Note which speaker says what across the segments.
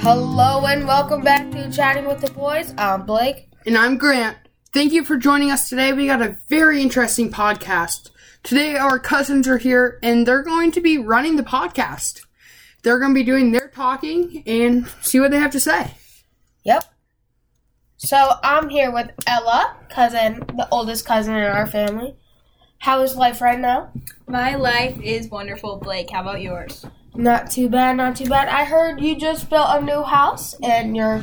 Speaker 1: Hello and welcome back to Chatting with the Boys. I'm Blake.
Speaker 2: And I'm Grant. Thank you for joining us today. We got a very interesting podcast. Today, our cousins are here and they're going to be running the podcast. They're going to be doing their talking and see what they have to say.
Speaker 1: Yep. So I'm here with Ella, cousin, the oldest cousin in our family. How is life right now?
Speaker 3: My life is wonderful, Blake. How about yours?
Speaker 1: Not too bad, not too bad. I heard you just built a new house and you're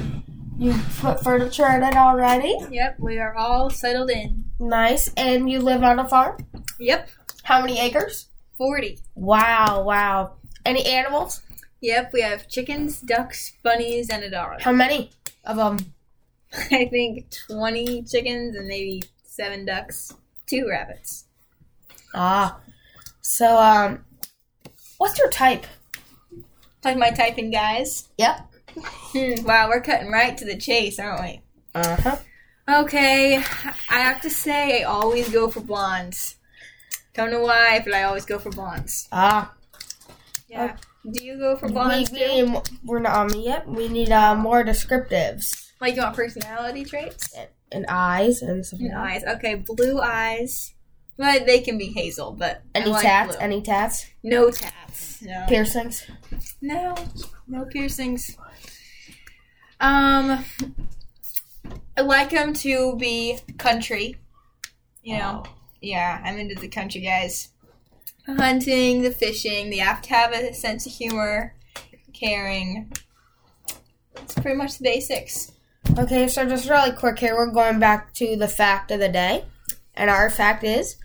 Speaker 1: you put furniture in it already.
Speaker 3: Yep, we are all settled in.
Speaker 1: Nice. And you live on a farm?
Speaker 3: Yep,
Speaker 1: How many acres?
Speaker 3: 40.
Speaker 1: Wow, wow. Any animals?
Speaker 3: Yep, we have chickens, ducks, bunnies, and a dog.
Speaker 1: How many of them?
Speaker 3: I think 20 chickens and maybe 7 ducks, 2 rabbits.
Speaker 1: Ah. So um what's your type?
Speaker 3: Like my typing, guys.
Speaker 1: Yep.
Speaker 3: Hmm, wow, we're cutting right to the chase, aren't we?
Speaker 1: Uh-huh.
Speaker 3: Okay, I have to say, I always go for blondes. Don't know why, but I always go for blondes.
Speaker 1: Ah.
Speaker 3: Yeah. Do you go for
Speaker 1: We
Speaker 3: blondes too?
Speaker 1: need, we're not on me yet. We need uh, more descriptives
Speaker 3: Like, you want personality traits?
Speaker 1: and eyes and stuff. like
Speaker 3: and
Speaker 1: that.
Speaker 3: eyes. Okay, blue eyes. Well, they can be hazel, but I
Speaker 1: Any
Speaker 3: like
Speaker 1: tats?
Speaker 3: blue.
Speaker 1: Any tats?
Speaker 3: no tats. No.
Speaker 1: Piercings?
Speaker 3: no. No piercings. Um, I like them to be country. You know.
Speaker 1: Oh.
Speaker 3: Yeah, I'm into the country guys. The Hunting, the fishing. They have to have a sense of humor, caring. It's pretty much the basics.
Speaker 1: Okay, so just really quick here, we're going back to the fact of the day, and our fact is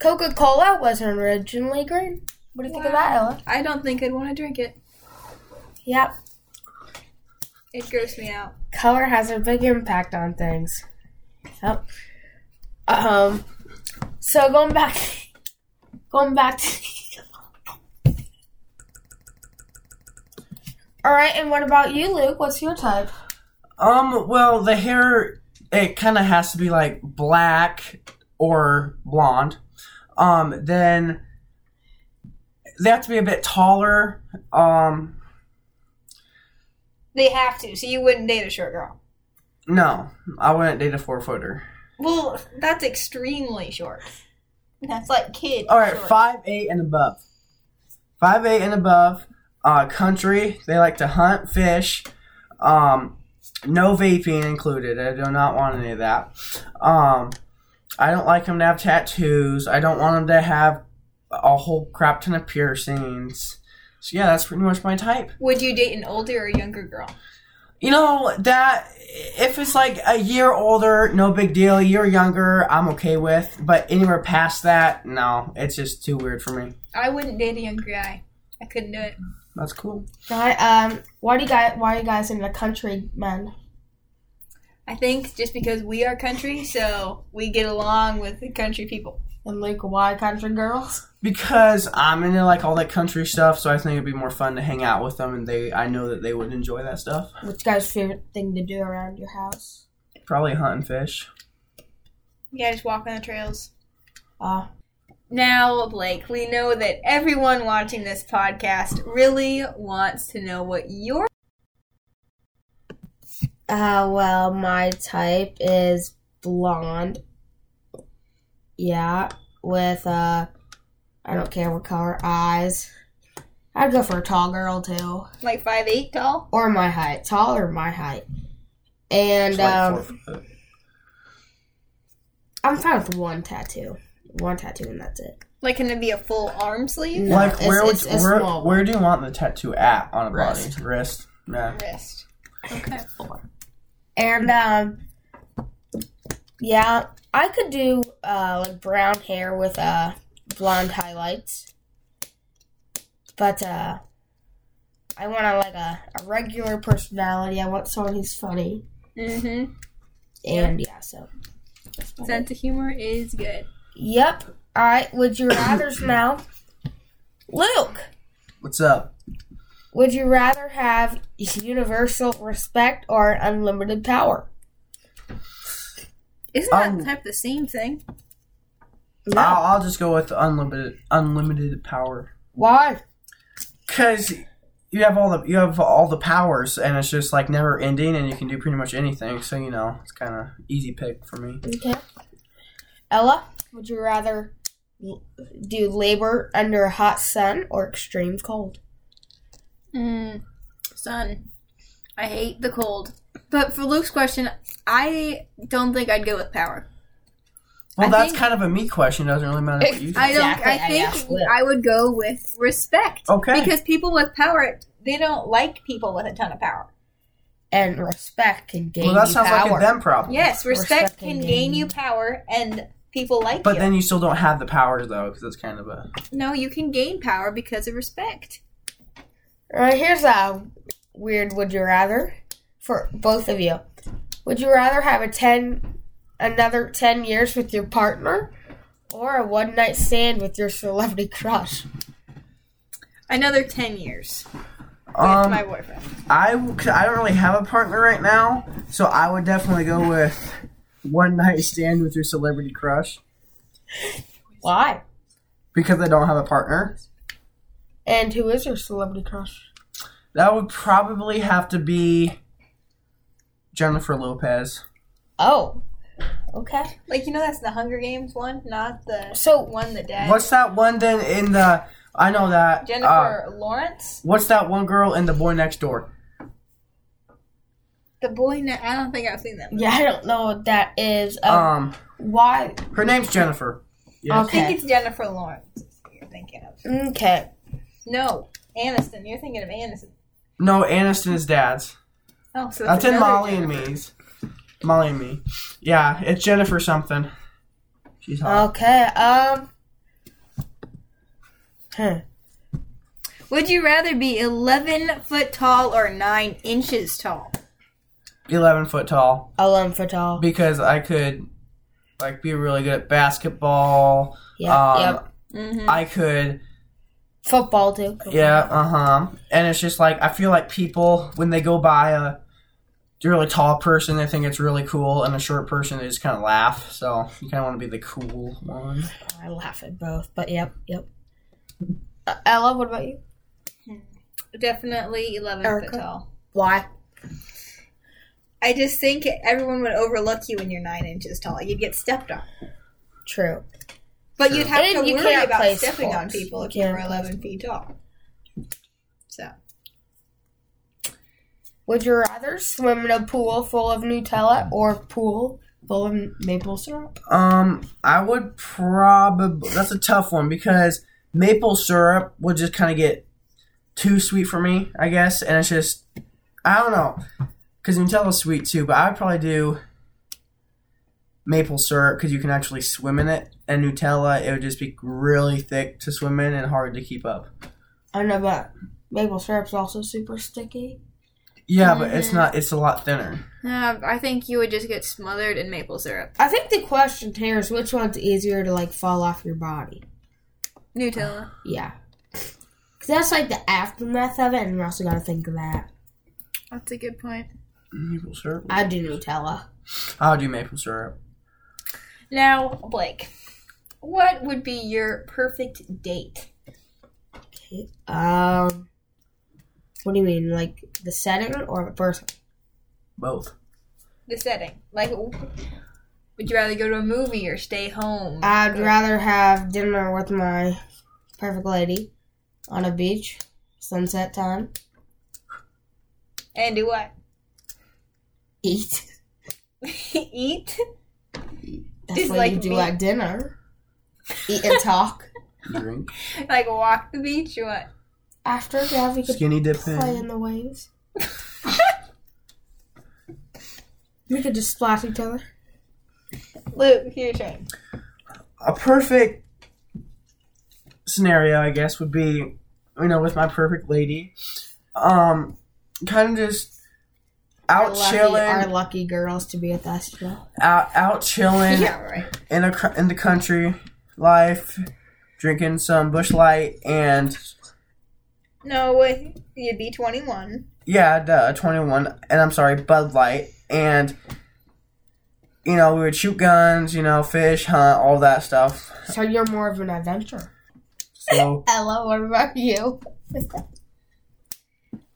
Speaker 1: Coca Cola was originally green. What do you think of that, Ella?
Speaker 3: I don't think I'd want to drink it.
Speaker 1: Yep.
Speaker 3: It grosses me out.
Speaker 1: color has a big impact on things. Yep. Um. So going back, going back to. All right, and what about you, Luke? What's your type?
Speaker 4: Um, well, the hair it kind of has to be like black or blonde. Um, then they have to be a bit taller. Um,
Speaker 3: They have to, so you wouldn't date a short girl.
Speaker 4: no, I wouldn't date a four footer.
Speaker 3: Well, that's extremely short. That's like kid.
Speaker 4: All right,
Speaker 3: short.
Speaker 4: five eight and above. Five eight and above. Uh, country. They like to hunt, fish. Um, no vaping included. I do not want any of that. Um, I don't like them to have tattoos. I don't want them to have a whole crap ton of piercings. So yeah, that's pretty much my type.
Speaker 3: Would you date an older or younger girl?
Speaker 4: You know that if it's like a year older, no big deal. A year younger, I'm okay with. But anywhere past that, no, it's just too weird for me.
Speaker 3: I wouldn't date a younger guy. I couldn't do it.
Speaker 4: That's cool.
Speaker 1: Why, um, why do you guys, why are you guys in the country, men?
Speaker 3: I think just because we are country, so we get along with the country people.
Speaker 1: And Luke, why country girls?
Speaker 4: because I'm into like all that country stuff, so I think it'd be more fun to hang out with them, and they I know that they would enjoy that stuff.
Speaker 1: What's your guys' favorite thing to do around your house?
Speaker 4: Probably hunt and fish.
Speaker 3: Yeah, just walk on the trails.
Speaker 1: Ah,
Speaker 3: Now, Blake, we know that everyone watching this podcast really wants to know what your
Speaker 1: uh, well, my type is blonde. Yeah, with uh, I don't care what color eyes. I'd go for a tall girl too,
Speaker 3: like five eight tall.
Speaker 1: or my height, tall or my height. And
Speaker 4: It's like
Speaker 1: um,
Speaker 4: four foot.
Speaker 1: I'm fine with one tattoo, one tattoo, and that's it.
Speaker 3: Like, can it be a full arm sleeve?
Speaker 1: No,
Speaker 4: like
Speaker 1: it's-
Speaker 4: where
Speaker 1: it's-
Speaker 4: would
Speaker 1: it's
Speaker 4: where,
Speaker 1: small.
Speaker 4: where do you want the tattoo at on a
Speaker 1: Wrist.
Speaker 4: body? Wrist. Yeah.
Speaker 3: Wrist. Okay.
Speaker 1: And um, yeah, I could do uh like brown hair with uh blonde highlights, but uh, I want a, like a, a regular personality. I want someone who's funny,
Speaker 3: Mm-hmm.
Speaker 1: and yeah, so
Speaker 3: Sense of humor is good.
Speaker 1: yep. All right, would you rather now, Luke?
Speaker 4: What's up?
Speaker 1: Would you rather have universal respect or unlimited power?
Speaker 3: Isn't
Speaker 4: Um,
Speaker 3: that type the same thing?
Speaker 1: No.
Speaker 4: I'll, I'll just go with unlimited unlimited power.
Speaker 1: Why?
Speaker 4: Cause you have all the you have all the powers, and it's just like never ending, and you can do pretty much anything. So you know, it's kind of easy pick for me.
Speaker 1: Okay. Ella, would you rather l- do labor under a hot sun or extreme cold?
Speaker 3: Mm, sun. I hate the cold. But for Luke's question, I don't think I'd go with power.
Speaker 4: Well,
Speaker 3: I
Speaker 4: that's
Speaker 3: think-
Speaker 4: kind of a me question. Doesn't really matter what you.
Speaker 3: I don't.
Speaker 1: Exactly, I
Speaker 3: I
Speaker 1: asked
Speaker 3: think
Speaker 1: Luke.
Speaker 3: I would go with respect.
Speaker 4: Okay.
Speaker 3: Because people with power, they don't like people with a ton of power.
Speaker 1: And respect can gain
Speaker 4: Well, that
Speaker 1: you
Speaker 4: sounds
Speaker 1: power.
Speaker 4: like a them problem.
Speaker 3: Yes, respect,
Speaker 1: Respect
Speaker 3: can
Speaker 1: and
Speaker 3: gain
Speaker 1: gain.
Speaker 3: you power, and people like
Speaker 4: But
Speaker 3: you.
Speaker 4: then you still don't have the powers though, because it's kind of a.
Speaker 3: no, you can gain power because of respect.
Speaker 1: All right, here's a weird would you rather for both of you. Would you rather have a 10 another 10 years with your partner or a one night stand with your celebrity crush?
Speaker 3: Another ten years with
Speaker 4: Um,
Speaker 3: my boyfriend.
Speaker 4: I w- 'cause I don't really have a partner right now, so I would definitely go with one night stand with your celebrity crush
Speaker 1: Why?
Speaker 4: because I don't have a partner.
Speaker 1: And who is your celebrity crush?
Speaker 4: That would probably have to be Jennifer Lopez.
Speaker 1: Oh. Okay.
Speaker 3: Like you know, that's the Hunger Games one, not the
Speaker 1: So-
Speaker 3: one the dad.
Speaker 4: What's that one then in the? I know that. uh,
Speaker 3: Jennifer Lawrence,
Speaker 4: what's that one girl in the boy next door?
Speaker 3: the boy. Ne- I don't think I've seen them.
Speaker 1: Yeah, I don't know what that is.
Speaker 3: Oh.
Speaker 1: Um,
Speaker 4: Um,
Speaker 1: why?
Speaker 4: her name's Jennifer. Yes.
Speaker 3: I think
Speaker 1: Okay.
Speaker 3: it's Jennifer Lawrence. is what You're thinking of
Speaker 1: Okay.
Speaker 3: no Aniston. You're thinking of Aniston.
Speaker 4: No, Aniston is dad's.
Speaker 3: Oh, so that's
Speaker 4: That's in
Speaker 3: another
Speaker 4: Molly
Speaker 3: Jennifer.
Speaker 4: and me's. Molly and me. Yeah, it's Jennifer something. She's hot.
Speaker 1: Okay. Um Huh.
Speaker 3: Would you rather be 11 foot tall or 9 inches tall?
Speaker 4: Eleven foot tall.
Speaker 1: Alum for tall.
Speaker 4: Because I could like be really good at basketball.
Speaker 1: Yeah.
Speaker 4: um,
Speaker 1: yep.
Speaker 4: I could
Speaker 1: Football too.
Speaker 4: yeah, uh huh. And it's just like I feel like people when they go by a really tall person they think it's really cool and a short person they just kinda laugh. So you kinda wanna be the cool one.
Speaker 1: I laugh at both, but yep, yep. Uh, Ella, what about you?
Speaker 3: Definitely 11
Speaker 1: Erica?
Speaker 3: foot tall.
Speaker 1: Why?
Speaker 3: I just think everyone would overlook you when you're 9 inches tall. You'd get stepped on.
Speaker 1: True.
Speaker 3: But you'd have
Speaker 1: And
Speaker 3: to
Speaker 1: you
Speaker 3: worry
Speaker 1: can't
Speaker 3: about
Speaker 1: play
Speaker 3: stepping on
Speaker 1: sports.
Speaker 3: people
Speaker 1: You
Speaker 3: if you were
Speaker 1: can't play
Speaker 3: 11 feet tall. So,
Speaker 1: Would you rather swim in a pool full of Nutella or pool full of maple syrup?
Speaker 4: Um, I would probably. That's a tough one because maple syrup would just kind of get too sweet for me, I guess. And it's just, I don't know, because Nutella's sweet too. But I would probably do maple syrup because you can actually swim in it. And Nutella, it would just be really thick to swim in and hard to keep up.
Speaker 1: I know, but maple syrup's also super sticky.
Speaker 4: Yeah, but it's not. It's a lot thinner.
Speaker 3: uh, I think you would just get smothered in maple syrup.
Speaker 1: I think the question here is which one's easier to like fall off your body.
Speaker 3: Nutella.
Speaker 1: Yeah. 'Cause that's like the aftermath of it, and you also gotta think of that.
Speaker 3: That's a good point.
Speaker 4: Maple syrup.
Speaker 1: I do Nutella.
Speaker 4: I'll do maple syrup.
Speaker 3: Now, Blake, what would be your perfect date?
Speaker 1: Um, what do you mean, like the setting or the person?
Speaker 4: Both.
Speaker 3: the setting. Like, would you rather go to a movie or stay home?
Speaker 1: I'd rather have dinner with my perfect lady on a beach, sunset time,
Speaker 3: and do what?
Speaker 1: eat.
Speaker 3: Eat?
Speaker 1: That's
Speaker 3: Just
Speaker 1: what you
Speaker 3: like
Speaker 1: do
Speaker 3: me.
Speaker 1: at dinner. Eat and talk.
Speaker 4: Drink.
Speaker 3: Like, walk the beach or what?
Speaker 1: After, yeah, we could
Speaker 4: Skinny dip in.
Speaker 1: play in the waves. we could just splash each other.
Speaker 3: Luke, your turn.
Speaker 4: a perfect scenario, I guess, would be you know with my perfect lady, um, kind of just
Speaker 1: Our
Speaker 4: out
Speaker 1: lucky,
Speaker 4: chilling,
Speaker 1: our lucky girls to be with us. you know.
Speaker 4: out, out chilling
Speaker 3: Yeah, right.
Speaker 4: in a cr- in the country life, drinking some bush light and
Speaker 3: No, wait, you'd be 21.
Speaker 4: yeah, duh, twenty one, and I'm sorry, Bud Light, and you know we would shoot guns, you know, fish, hunt, all that stuff.
Speaker 1: So you're more of an adventurer.
Speaker 4: So
Speaker 1: Ella, what about you?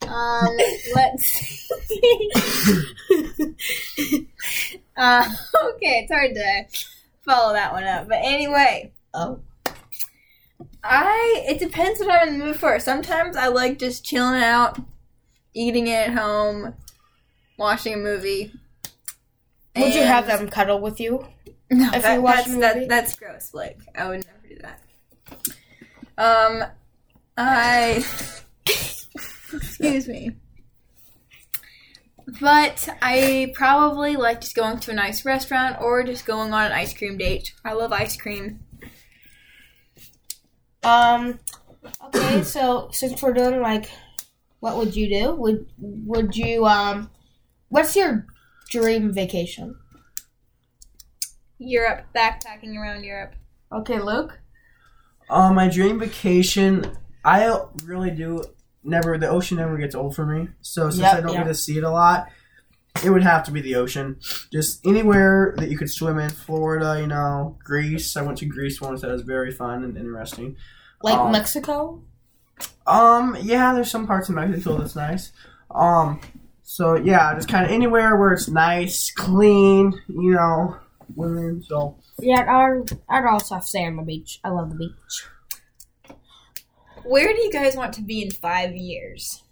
Speaker 3: Um, let's see. uh, okay, it's hard to follow that one up. But anyway,
Speaker 1: Oh.
Speaker 3: I it depends what I'm in the mood for. Sometimes I like just chilling out, eating it at home, watching a movie.
Speaker 1: Would you have
Speaker 3: And-
Speaker 1: them cuddle with you?
Speaker 3: no,
Speaker 1: If
Speaker 3: that-
Speaker 1: you watch
Speaker 3: that's,
Speaker 1: a
Speaker 3: that-
Speaker 1: movie?
Speaker 3: that's gross, Blake. I would never do that. Um, I. Excuse me. But I probably like just going to a nice restaurant or just going on an ice cream date. I love ice cream.
Speaker 1: Um. Okay, so since we're doing like, what would you do? Would would you um? What's your dream vacation?
Speaker 3: Europe, backpacking around Europe.
Speaker 1: Okay, Luke.
Speaker 4: Uh, my dream vacation, I really do never. The ocean never gets old for me. So since
Speaker 1: Yep,
Speaker 4: I don't
Speaker 1: yeah.
Speaker 4: get to see it a lot, it would have to be the ocean. Just anywhere that you could swim in. Florida, you know, Greece. I went to Greece once. That was very fun and interesting.
Speaker 1: Like
Speaker 4: Um,
Speaker 1: Mexico.
Speaker 4: Um, yeah, there's some parts of Mexico that's nice. Um, so yeah, just kind of anywhere where it's nice, clean, you know, women. So
Speaker 1: Yeah, I'd, I'd also have to say on the beach. I love the beach.
Speaker 3: Where do you guys want to be in five years?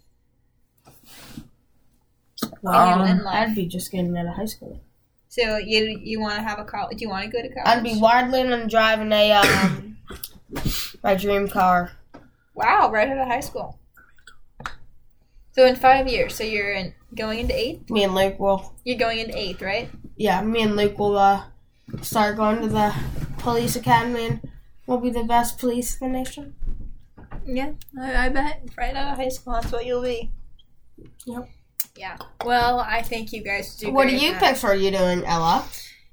Speaker 4: Um,
Speaker 3: in life.
Speaker 1: I'd be just getting out of high school.
Speaker 3: So you you want to have a college? Do you want to go to college?
Speaker 1: I'd be waddling and driving a um, my dream car.
Speaker 3: Wow, right out of high school. So in five years, so you're in, going into eighth.
Speaker 1: Me and Luke will.
Speaker 3: You're going into eighth, right?
Speaker 1: Yeah, me and Luke will uh start going to the police academy and we'll be the best police in the nation.
Speaker 3: Yeah, I, I bet right out of high school, that's what you'll be.
Speaker 1: Yep.
Speaker 3: Yeah. Well, I think you guys do.
Speaker 1: What do
Speaker 3: great
Speaker 1: you
Speaker 3: at that.
Speaker 1: picture you doing, Ella?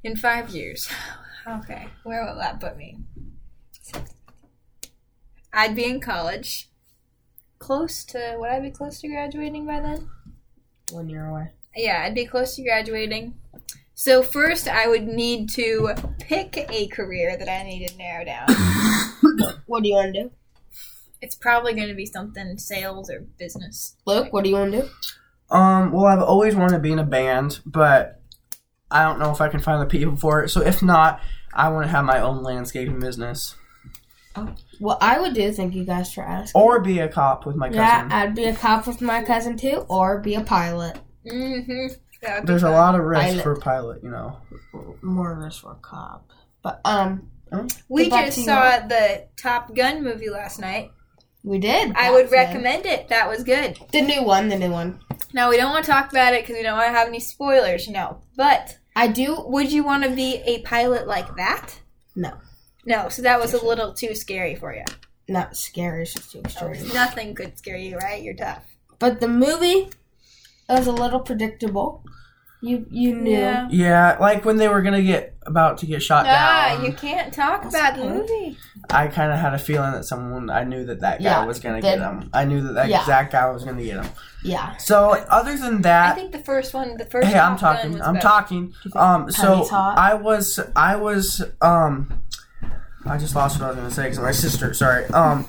Speaker 3: in five years? Okay, where will that put me? I'd be in college. Close to would I be close to graduating by then?
Speaker 1: When you're away.
Speaker 3: Yeah, I'd be close to graduating. So first, I would need to pick a career that I need to narrow down.
Speaker 1: What do you want to do?
Speaker 3: It's probably going to be something sales or business.
Speaker 1: Luke, what do you want to do?
Speaker 4: Um, well, I've always wanted to be in a band, but I don't know if I can find the people for it. So if not, I want to have my own landscaping business
Speaker 1: Well, I would do, thank you guys for asking.
Speaker 4: or be a cop with my cousin.
Speaker 1: Yeah, I'd be a cop with my cousin too, or be a pilot.
Speaker 3: Mm-hmm.
Speaker 4: There's a lot of risk
Speaker 1: Pilot.
Speaker 4: for a pilot, you know.
Speaker 1: More of us were a cop. But, um,
Speaker 3: We
Speaker 1: Get back
Speaker 3: just
Speaker 1: to you.
Speaker 3: saw the Top Gun movie last night.
Speaker 1: we did.
Speaker 3: I
Speaker 1: That
Speaker 3: would
Speaker 1: was good.
Speaker 3: recommend it. That was good.
Speaker 1: The new one, the new one.
Speaker 3: Now we don't want to talk about it because we don't want to have any spoilers. No, but
Speaker 1: I do.
Speaker 3: would you want to be a pilot like that?
Speaker 1: No.
Speaker 3: No. So that was a little too scary for you.
Speaker 1: Not scary, it's just too extreme.
Speaker 3: Nothing could scare you, right? You're tough.
Speaker 1: Oh, But the movie was a little predictable. You you knew.
Speaker 4: Yeah, like when they were gonna get about to get shot
Speaker 3: Ah,
Speaker 4: down,
Speaker 3: you can't talk about the movie.
Speaker 4: I kind of had a feeling that someone I knew that that guy
Speaker 1: Yeah,
Speaker 4: was gonna
Speaker 1: that-
Speaker 4: get him. I knew that that
Speaker 1: Yeah.
Speaker 4: exact guy was gonna get him.
Speaker 1: Yeah.
Speaker 4: So other than
Speaker 3: I
Speaker 4: that,
Speaker 3: think the first one, the first.
Speaker 4: Uh, hey, I'm
Speaker 3: Top Gun
Speaker 4: talking.
Speaker 3: was
Speaker 4: I'm
Speaker 3: better.
Speaker 4: talking. Um, so
Speaker 1: Honey's hot?
Speaker 4: I was, I was, um, I just lost what I was gonna say because my sister. Sorry. Um,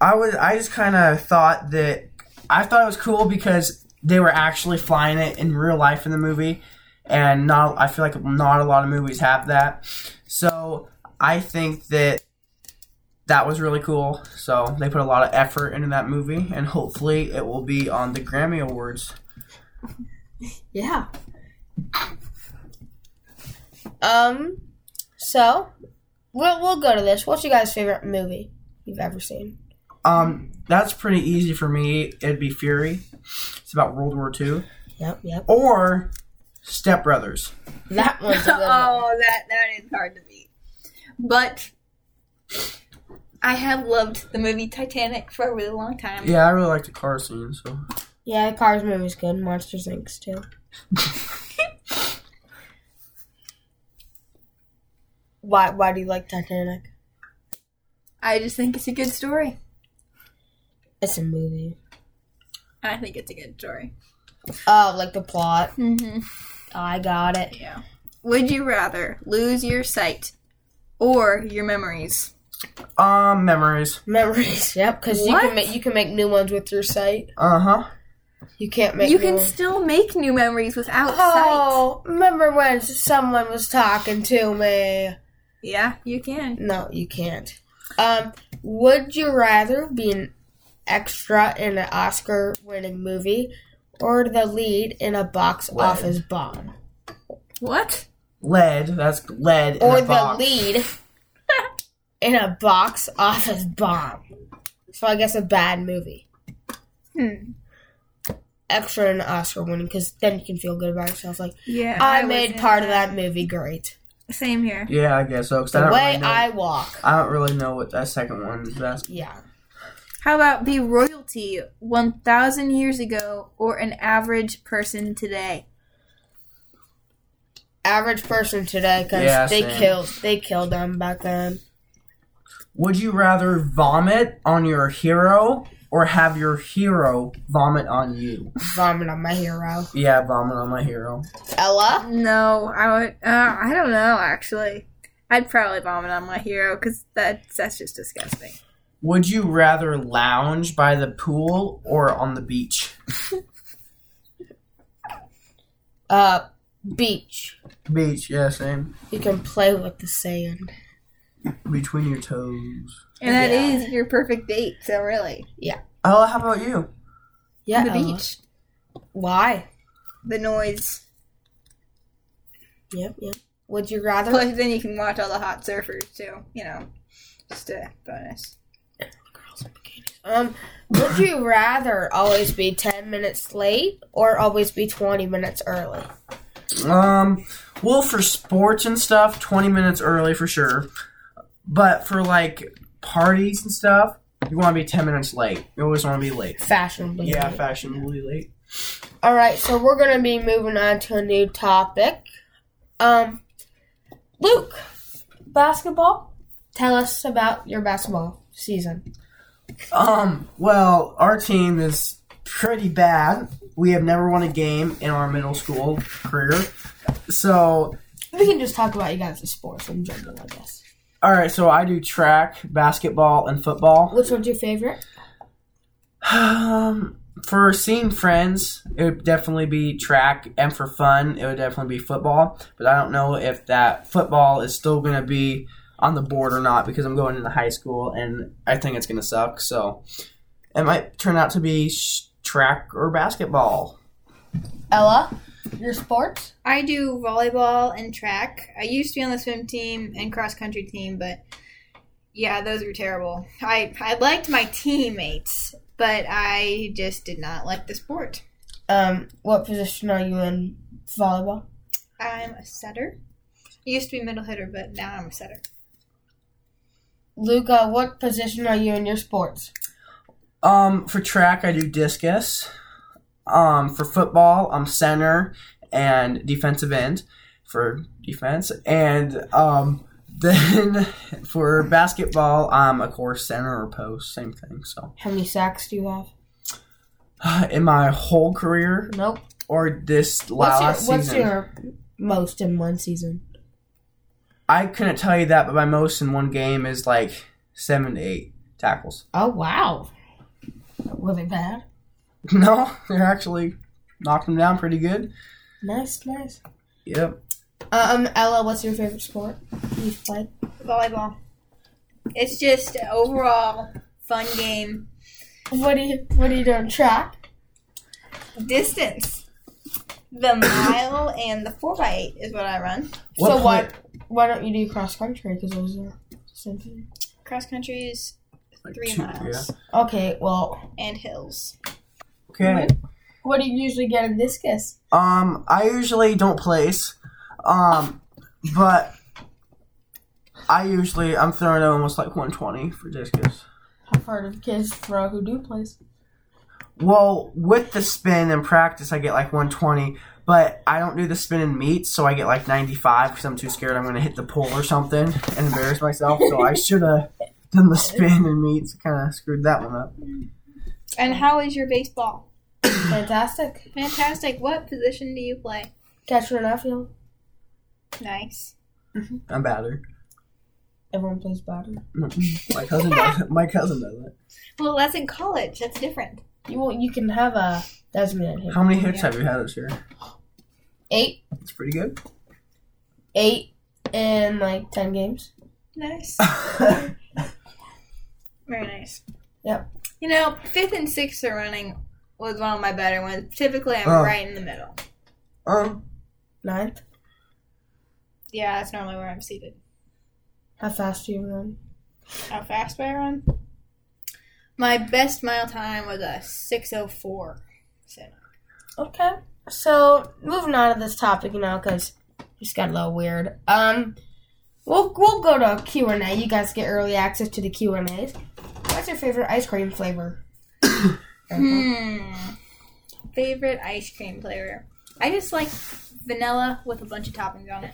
Speaker 4: I was, I just kind of thought that I thought it was cool because they were actually flying it in real life in the movie, and not. I feel like not a lot of movies have that. So I think that. That was really cool. So they put a lot of effort into that movie, and hopefully it will be on the Grammy Awards
Speaker 1: Yeah. Um. So, we'll we'll go to this. What's your guys' favorite movie you've ever seen?
Speaker 4: Um, that's pretty easy for me. It'd be Fury. It's about World War II.
Speaker 1: Yep. Yep.
Speaker 4: Or Step Brothers.
Speaker 1: That one's a good one.
Speaker 3: oh, that that is hard to beat. But I have loved the movie Titanic for a really long time.
Speaker 4: Yeah, I really like the car scene. So
Speaker 1: Yeah, the Cars movie's good. Monsters Inc.'s too. why Why do you like Titanic?
Speaker 3: I just think it's a good story.
Speaker 1: It's a movie.
Speaker 3: I think it's a good story.
Speaker 1: Oh, like the plot. Oh,
Speaker 3: Mm-hmm.
Speaker 1: I got it.
Speaker 3: Yeah. Would you rather lose your sight or your memories?
Speaker 4: Um, memories.
Speaker 1: Memories. Yep. Because you
Speaker 3: What?
Speaker 1: can make you can make new ones with your sight.
Speaker 4: Uh huh.
Speaker 1: You can't make.
Speaker 3: you
Speaker 1: new
Speaker 3: can
Speaker 1: ones.
Speaker 3: still make new memories without sight.
Speaker 1: Oh, remember when someone was talking to me?
Speaker 3: Yeah, you can.
Speaker 1: No, you can't. Um, would you rather be an extra in an Oscar-winning movie or the lead in a box
Speaker 4: Lead.
Speaker 1: office bomb,
Speaker 3: What?
Speaker 4: Lead. That's lead. in
Speaker 1: or
Speaker 4: a
Speaker 1: the
Speaker 4: box.
Speaker 1: lead in a box office bomb? So I guess a bad movie.
Speaker 3: Hmm.
Speaker 1: Extra in an Oscar-winning because then you can feel good about yourself. Like
Speaker 3: Yeah.
Speaker 1: I,
Speaker 3: was
Speaker 1: made
Speaker 3: in
Speaker 1: part of that movie great.
Speaker 3: Same here.
Speaker 4: Yeah, I guess so. 'cause I
Speaker 1: The
Speaker 4: don't
Speaker 1: way
Speaker 4: really know.
Speaker 1: I walk.
Speaker 4: I don't really know what that second one is. That's
Speaker 1: Yeah.
Speaker 3: How about be royalty 1,000 years ago or an average person today?
Speaker 1: average person today because
Speaker 4: Yeah,
Speaker 1: they
Speaker 4: same.
Speaker 1: killed they killed them back then.
Speaker 4: Would you rather vomit on your hero or have your hero vomit on you?
Speaker 1: Vomit on my hero,
Speaker 4: Yeah, vomit on my hero.
Speaker 1: Ella.
Speaker 3: No, I would. Uh, I don't know, actually. I'd probably vomit on my hero because that, that's just disgusting.
Speaker 4: Would you rather lounge by the pool or on the beach?
Speaker 1: Uh, beach.
Speaker 4: Beach, yeah, same.
Speaker 1: You can play with the sand.
Speaker 4: Between your toes.
Speaker 3: And that
Speaker 1: Yeah.
Speaker 3: is your perfect date, so really.
Speaker 4: Ella, Oh, how about you?
Speaker 1: Yeah,
Speaker 3: the
Speaker 1: Ella.
Speaker 3: beach,
Speaker 1: Why?
Speaker 3: the noise.
Speaker 1: Yep, yep. Would you rather?
Speaker 3: Plus, then you can watch all the hot surfers, too. You know, just a bonus.
Speaker 1: Um, would you rather always be ten minutes late or always be twenty minutes early?
Speaker 4: Um, well, for sports and stuff, 20 minutes early for sure. But for like parties and stuff, you want to be 10 minutes late. You always want to be late.
Speaker 1: Fashionably.
Speaker 4: Yeah,
Speaker 1: late.
Speaker 4: fashionably late.
Speaker 1: All right, so we're gonna be moving on to a new topic. Um, Luke, basketball. Tell us about your basketball season.
Speaker 4: Um, well, our team is pretty bad. We have never won a game in our middle school career. So,
Speaker 1: We can just talk about you guys' sports in general, I guess.
Speaker 4: all right, so I do track, basketball, and football.
Speaker 1: Which one's your favorite?
Speaker 4: Um, for seeing friends, it would definitely be track, and for fun, it would definitely be football. But I don't know if that football is still going to be on the board or not because I'm going into high school and I think it's going to suck. So, it might turn out to be sh- track or basketball.
Speaker 1: Ella, your sports.
Speaker 3: I do volleyball and track. I used to be on the swim team and cross country team, but yeah, those were terrible. I I liked my teammates, but I just did not like the sport.
Speaker 1: Um, what position are you in volleyball?
Speaker 3: I'm a setter. I used to be middle hitter, but now I'm a setter.
Speaker 1: Luca, what position are you in your sports?
Speaker 4: Um, for track, I do discus. Um, for football, I'm center and defensive end for defense. And um, then for basketball, I'm a core center or post, same thing. So
Speaker 1: How many sacks do you have?
Speaker 4: in my whole career
Speaker 1: Nope.
Speaker 4: or this
Speaker 1: What's
Speaker 4: last
Speaker 1: your What's
Speaker 4: season,
Speaker 1: your most in one season?
Speaker 4: I couldn't tell you that, but my most in one game is like seven to eight tackles.
Speaker 1: Oh wow, were they bad?
Speaker 4: No, they actually knocked them down pretty good.
Speaker 1: Nice, nice.
Speaker 4: Yep.
Speaker 1: Um, Ella, what's your favorite sport you've played?
Speaker 3: Volleyball. It's just an overall fun game.
Speaker 1: What do you What do you do in track?
Speaker 3: Distance. The mile and the four by eight is what I run.
Speaker 4: What
Speaker 1: so why
Speaker 4: play-
Speaker 1: Why don't you do cross country? Because those are same thing.
Speaker 3: Cross country is
Speaker 4: Like
Speaker 3: three
Speaker 4: two,
Speaker 3: miles
Speaker 1: Okay, well,
Speaker 3: and hills.
Speaker 4: Okay.
Speaker 1: Mm-hmm. what do you usually get in discus?
Speaker 4: Um, I usually don't place. Um, but I usually I'm throwing almost like 120 for discus.
Speaker 1: I've heard of kids throw who do plays.
Speaker 4: Well, with the spin in practice, I get like 120, but I don't do the spin in meets, so I get like 95 because I'm too scared I'm going to hit the pole or something and embarrass myself. So I should have done the spin in meets. Kind of screwed that one up.
Speaker 3: And how is your baseball?
Speaker 1: Fantastic.
Speaker 3: Fantastic. What position do you play?
Speaker 1: Catcher and outfield.
Speaker 3: Nice.
Speaker 4: I'm batter.
Speaker 1: Everyone plays badminton.
Speaker 4: my cousin does it. My cousin does it.
Speaker 3: Well, that's in college. That's different.
Speaker 1: You will, you can have a Desmond hit.
Speaker 4: How many hits have you had this year?
Speaker 1: Eight,
Speaker 4: It's pretty good.
Speaker 1: eight in like ten games.
Speaker 3: Nice.
Speaker 4: I
Speaker 3: Very nice.
Speaker 1: Yep.
Speaker 3: You know, fifth and sixth are running was one of my better ones. Typically, I'm
Speaker 4: Oh.
Speaker 3: right in the middle.
Speaker 4: um,
Speaker 1: Ninth.
Speaker 3: Yeah, that's normally where I'm seated.
Speaker 1: How fast do you run?
Speaker 3: How fast do I run? My best mile time was a 604. So,
Speaker 1: Okay. So moving on to this topic, you know, because just got a little weird. Um, we'll we'll go to Q and A. You guys get early access to the Q and A's. What's your favorite ice cream flavor? Okay.
Speaker 3: Hmm. Favorite ice cream flavor? I just like vanilla with a bunch of toppings on it.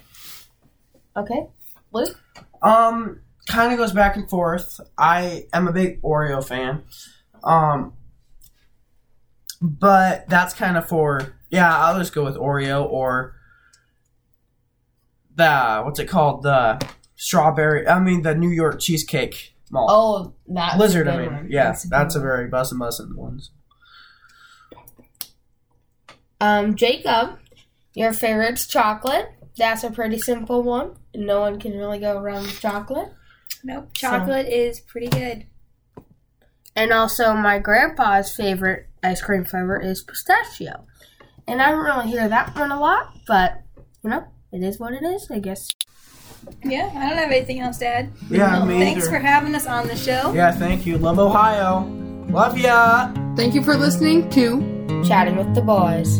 Speaker 1: okay.
Speaker 4: um, kind of goes back and forth. I am a big Oreo fan. Um, but that's kind of for yeah. I'll just go with Oreo or the what's it called the strawberry. I mean the New York cheesecake malt.
Speaker 1: Oh, that
Speaker 4: Blizzard, I mean, yeah, that's, a very buzz and buzzin' one.
Speaker 1: Um, Jacob, your favorite's chocolate. That's a pretty simple one. No one can really go wrong with chocolate.
Speaker 3: Nope. Chocolate is pretty good.
Speaker 1: And also, my grandpa's favorite ice cream flavor is pistachio. And I don't really hear that one a lot, but you know, it is what it is, I guess.
Speaker 3: Yeah, I don't have anything else to add.
Speaker 4: Yeah,
Speaker 3: Well,
Speaker 4: me
Speaker 3: thanks
Speaker 4: either.
Speaker 3: for having us on the show.
Speaker 4: Yeah, thank you. Love Ohio. Love ya.
Speaker 2: Thank you for listening to
Speaker 1: Chatting with the boys.